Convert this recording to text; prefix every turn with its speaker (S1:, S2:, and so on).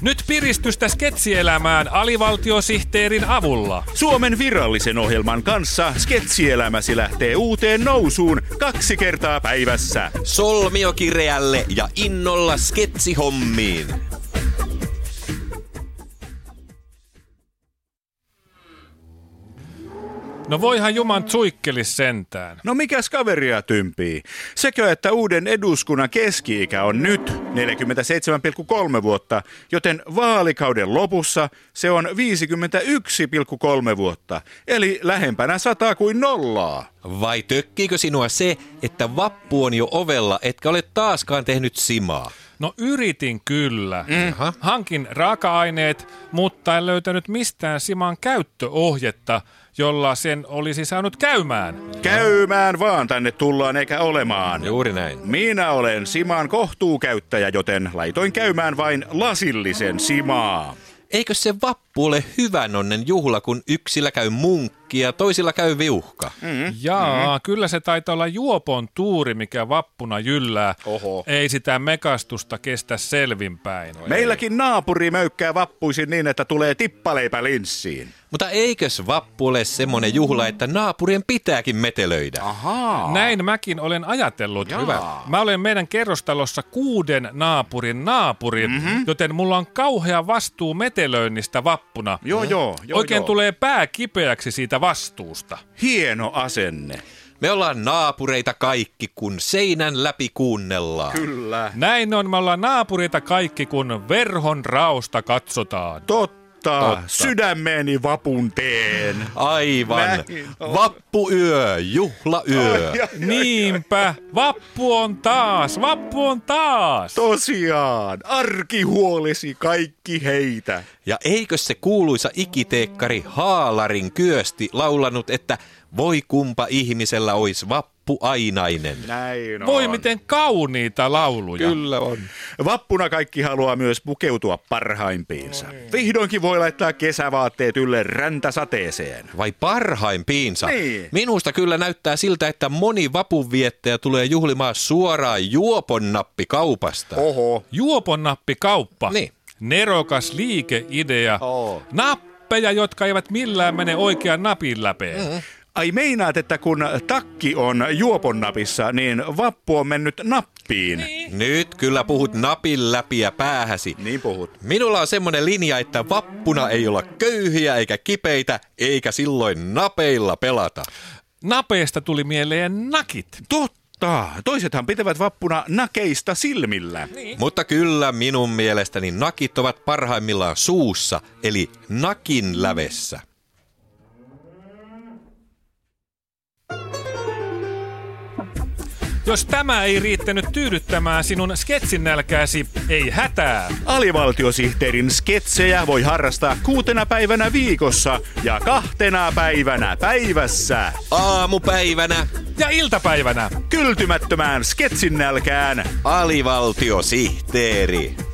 S1: Nyt piristystä sketsielämään alivaltiosihteerin avulla.
S2: Suomen virallisen ohjelman kanssa sketsielämäsi lähtee uuteen nousuun kaksi kertaa päivässä.
S3: Solmiokireälle ja innolla sketsihommiin.
S1: No voihan Juman tsuikkeli sentään.
S2: No mikäs kaveria tympii? Sekö, että uuden eduskunnan keski-ikä on nyt 47,3 vuotta, joten vaalikauden lopussa se on 51,3 vuotta, eli lähempänä sataa kuin nollaa.
S3: Vai tökkiikö sinua se, että vappu on jo ovella, etkä ole taaskaan tehnyt simaa?
S1: No yritin kyllä. Mm. Hankin raaka-aineet, mutta en löytänyt mistään Siman käyttöohjetta, jolla sen olisi saanut käymään.
S2: Käymään vaan tänne tullaan eikä olemaan.
S3: Juuri näin.
S2: Minä olen Simaan kohtuukäyttäjä, joten laitoin käymään vain lasillisen Simaa.
S3: Eikö se vappu ole hyvän onnen juhla, kun yksillä käy munkki ja toisilla käy viuhka?
S2: Mm.
S1: Jaa, kyllä se taitaa olla juopon tuuri, mikä vappuna jyllää.
S2: Oho.
S1: Ei sitä mekastusta kestä selvinpäin.
S2: Meilläkin naapuri möykkää vappuisin niin, että tulee tippaleipä linssiin.
S3: Mutta eikös vappu ole semmoinen juhla, että naapurien pitääkin metelöidä?
S2: Ah. Ahaa.
S1: Näin mäkin olen ajatellut.
S2: Jaa. Hyvä.
S1: Mä olen meidän kerrostalossa kuuden naapurin naapuri,
S2: Mhm.
S1: mm-hmm. joten mulla on kauhea vastuu metelöinnistä vappuna.
S2: Joo, joo, joo.
S1: Oikein
S2: joo.
S1: tulee pää kipeäksi siitä vastuusta.
S2: Hieno asenne.
S3: Me ollaan naapureita kaikki, kun seinän läpi kuunnellaan.
S2: Kyllä.
S1: Näin on, me ollaan naapureita kaikki, kun verhon raosta katsotaan.
S2: Totta. Totta. Sydämeeni vapun teen.
S3: Aivan.
S2: Näin on.
S3: Vappuyö, juhlayö.
S1: Niinpä, vappu on taas, vappu on taas.
S2: Tosiaan, arkihuolesi kaikki heitä.
S3: Ja eikö se kuuluisa ikiteekkari Haalarin kyösti laulanut, että voi kumpa ihmisellä olisi vappu ainainen?
S2: Näin on.
S1: Voi miten kauniita lauluja.
S3: Kyllä on.
S2: Vappuna kaikki haluaa myös pukeutua parhaimpiinsa. Vihdoinkin voi laittaa kesävaatteet ylle räntäsateeseen.
S3: Vai parhaimpiinsa?
S2: Niin.
S3: Minusta kyllä näyttää siltä, että moni vapunviettäjä tulee juhlimaan suoraan juoponnappikaupasta.
S2: Oho.
S1: Juoponnappikauppa.
S3: Niin.
S1: Nerokas liikeidea.
S2: Oo.
S1: Nappeja, jotka eivät millään mene oikean napin läpeen.
S2: Ai meinaat, että kun takki on juopon napissa, niin vappu on mennyt nappiin. Niin,
S3: Nyt kyllä puhut napin läpi ja päähäsi.
S2: niin puhut.
S3: Minulla on semmonen linja, että vappuna ei olla köyhiä eikä kipeitä, eikä silloin napeilla pelata.
S1: Napeista tuli mieleen nakit.
S2: Totta. Toisethan pitävät vappuna nakeista silmillä. Niin.
S3: Mutta kyllä minun mielestäni nakit ovat parhaimmillaan suussa, eli nakin lävessä.
S1: Jos tämä ei riittänyt tyydyttämään sinun sketsin nälkääsi, ei hätää.
S2: Alivaltiosihteerin sketsejä voi harrastaa kuutena päivänä viikossa ja kahtena päivänä päivässä.
S3: Aamupäivänä
S1: Ja iltapäivänä
S2: Kyltymättömään sketsin nälkään
S3: alivaltiosihteeri.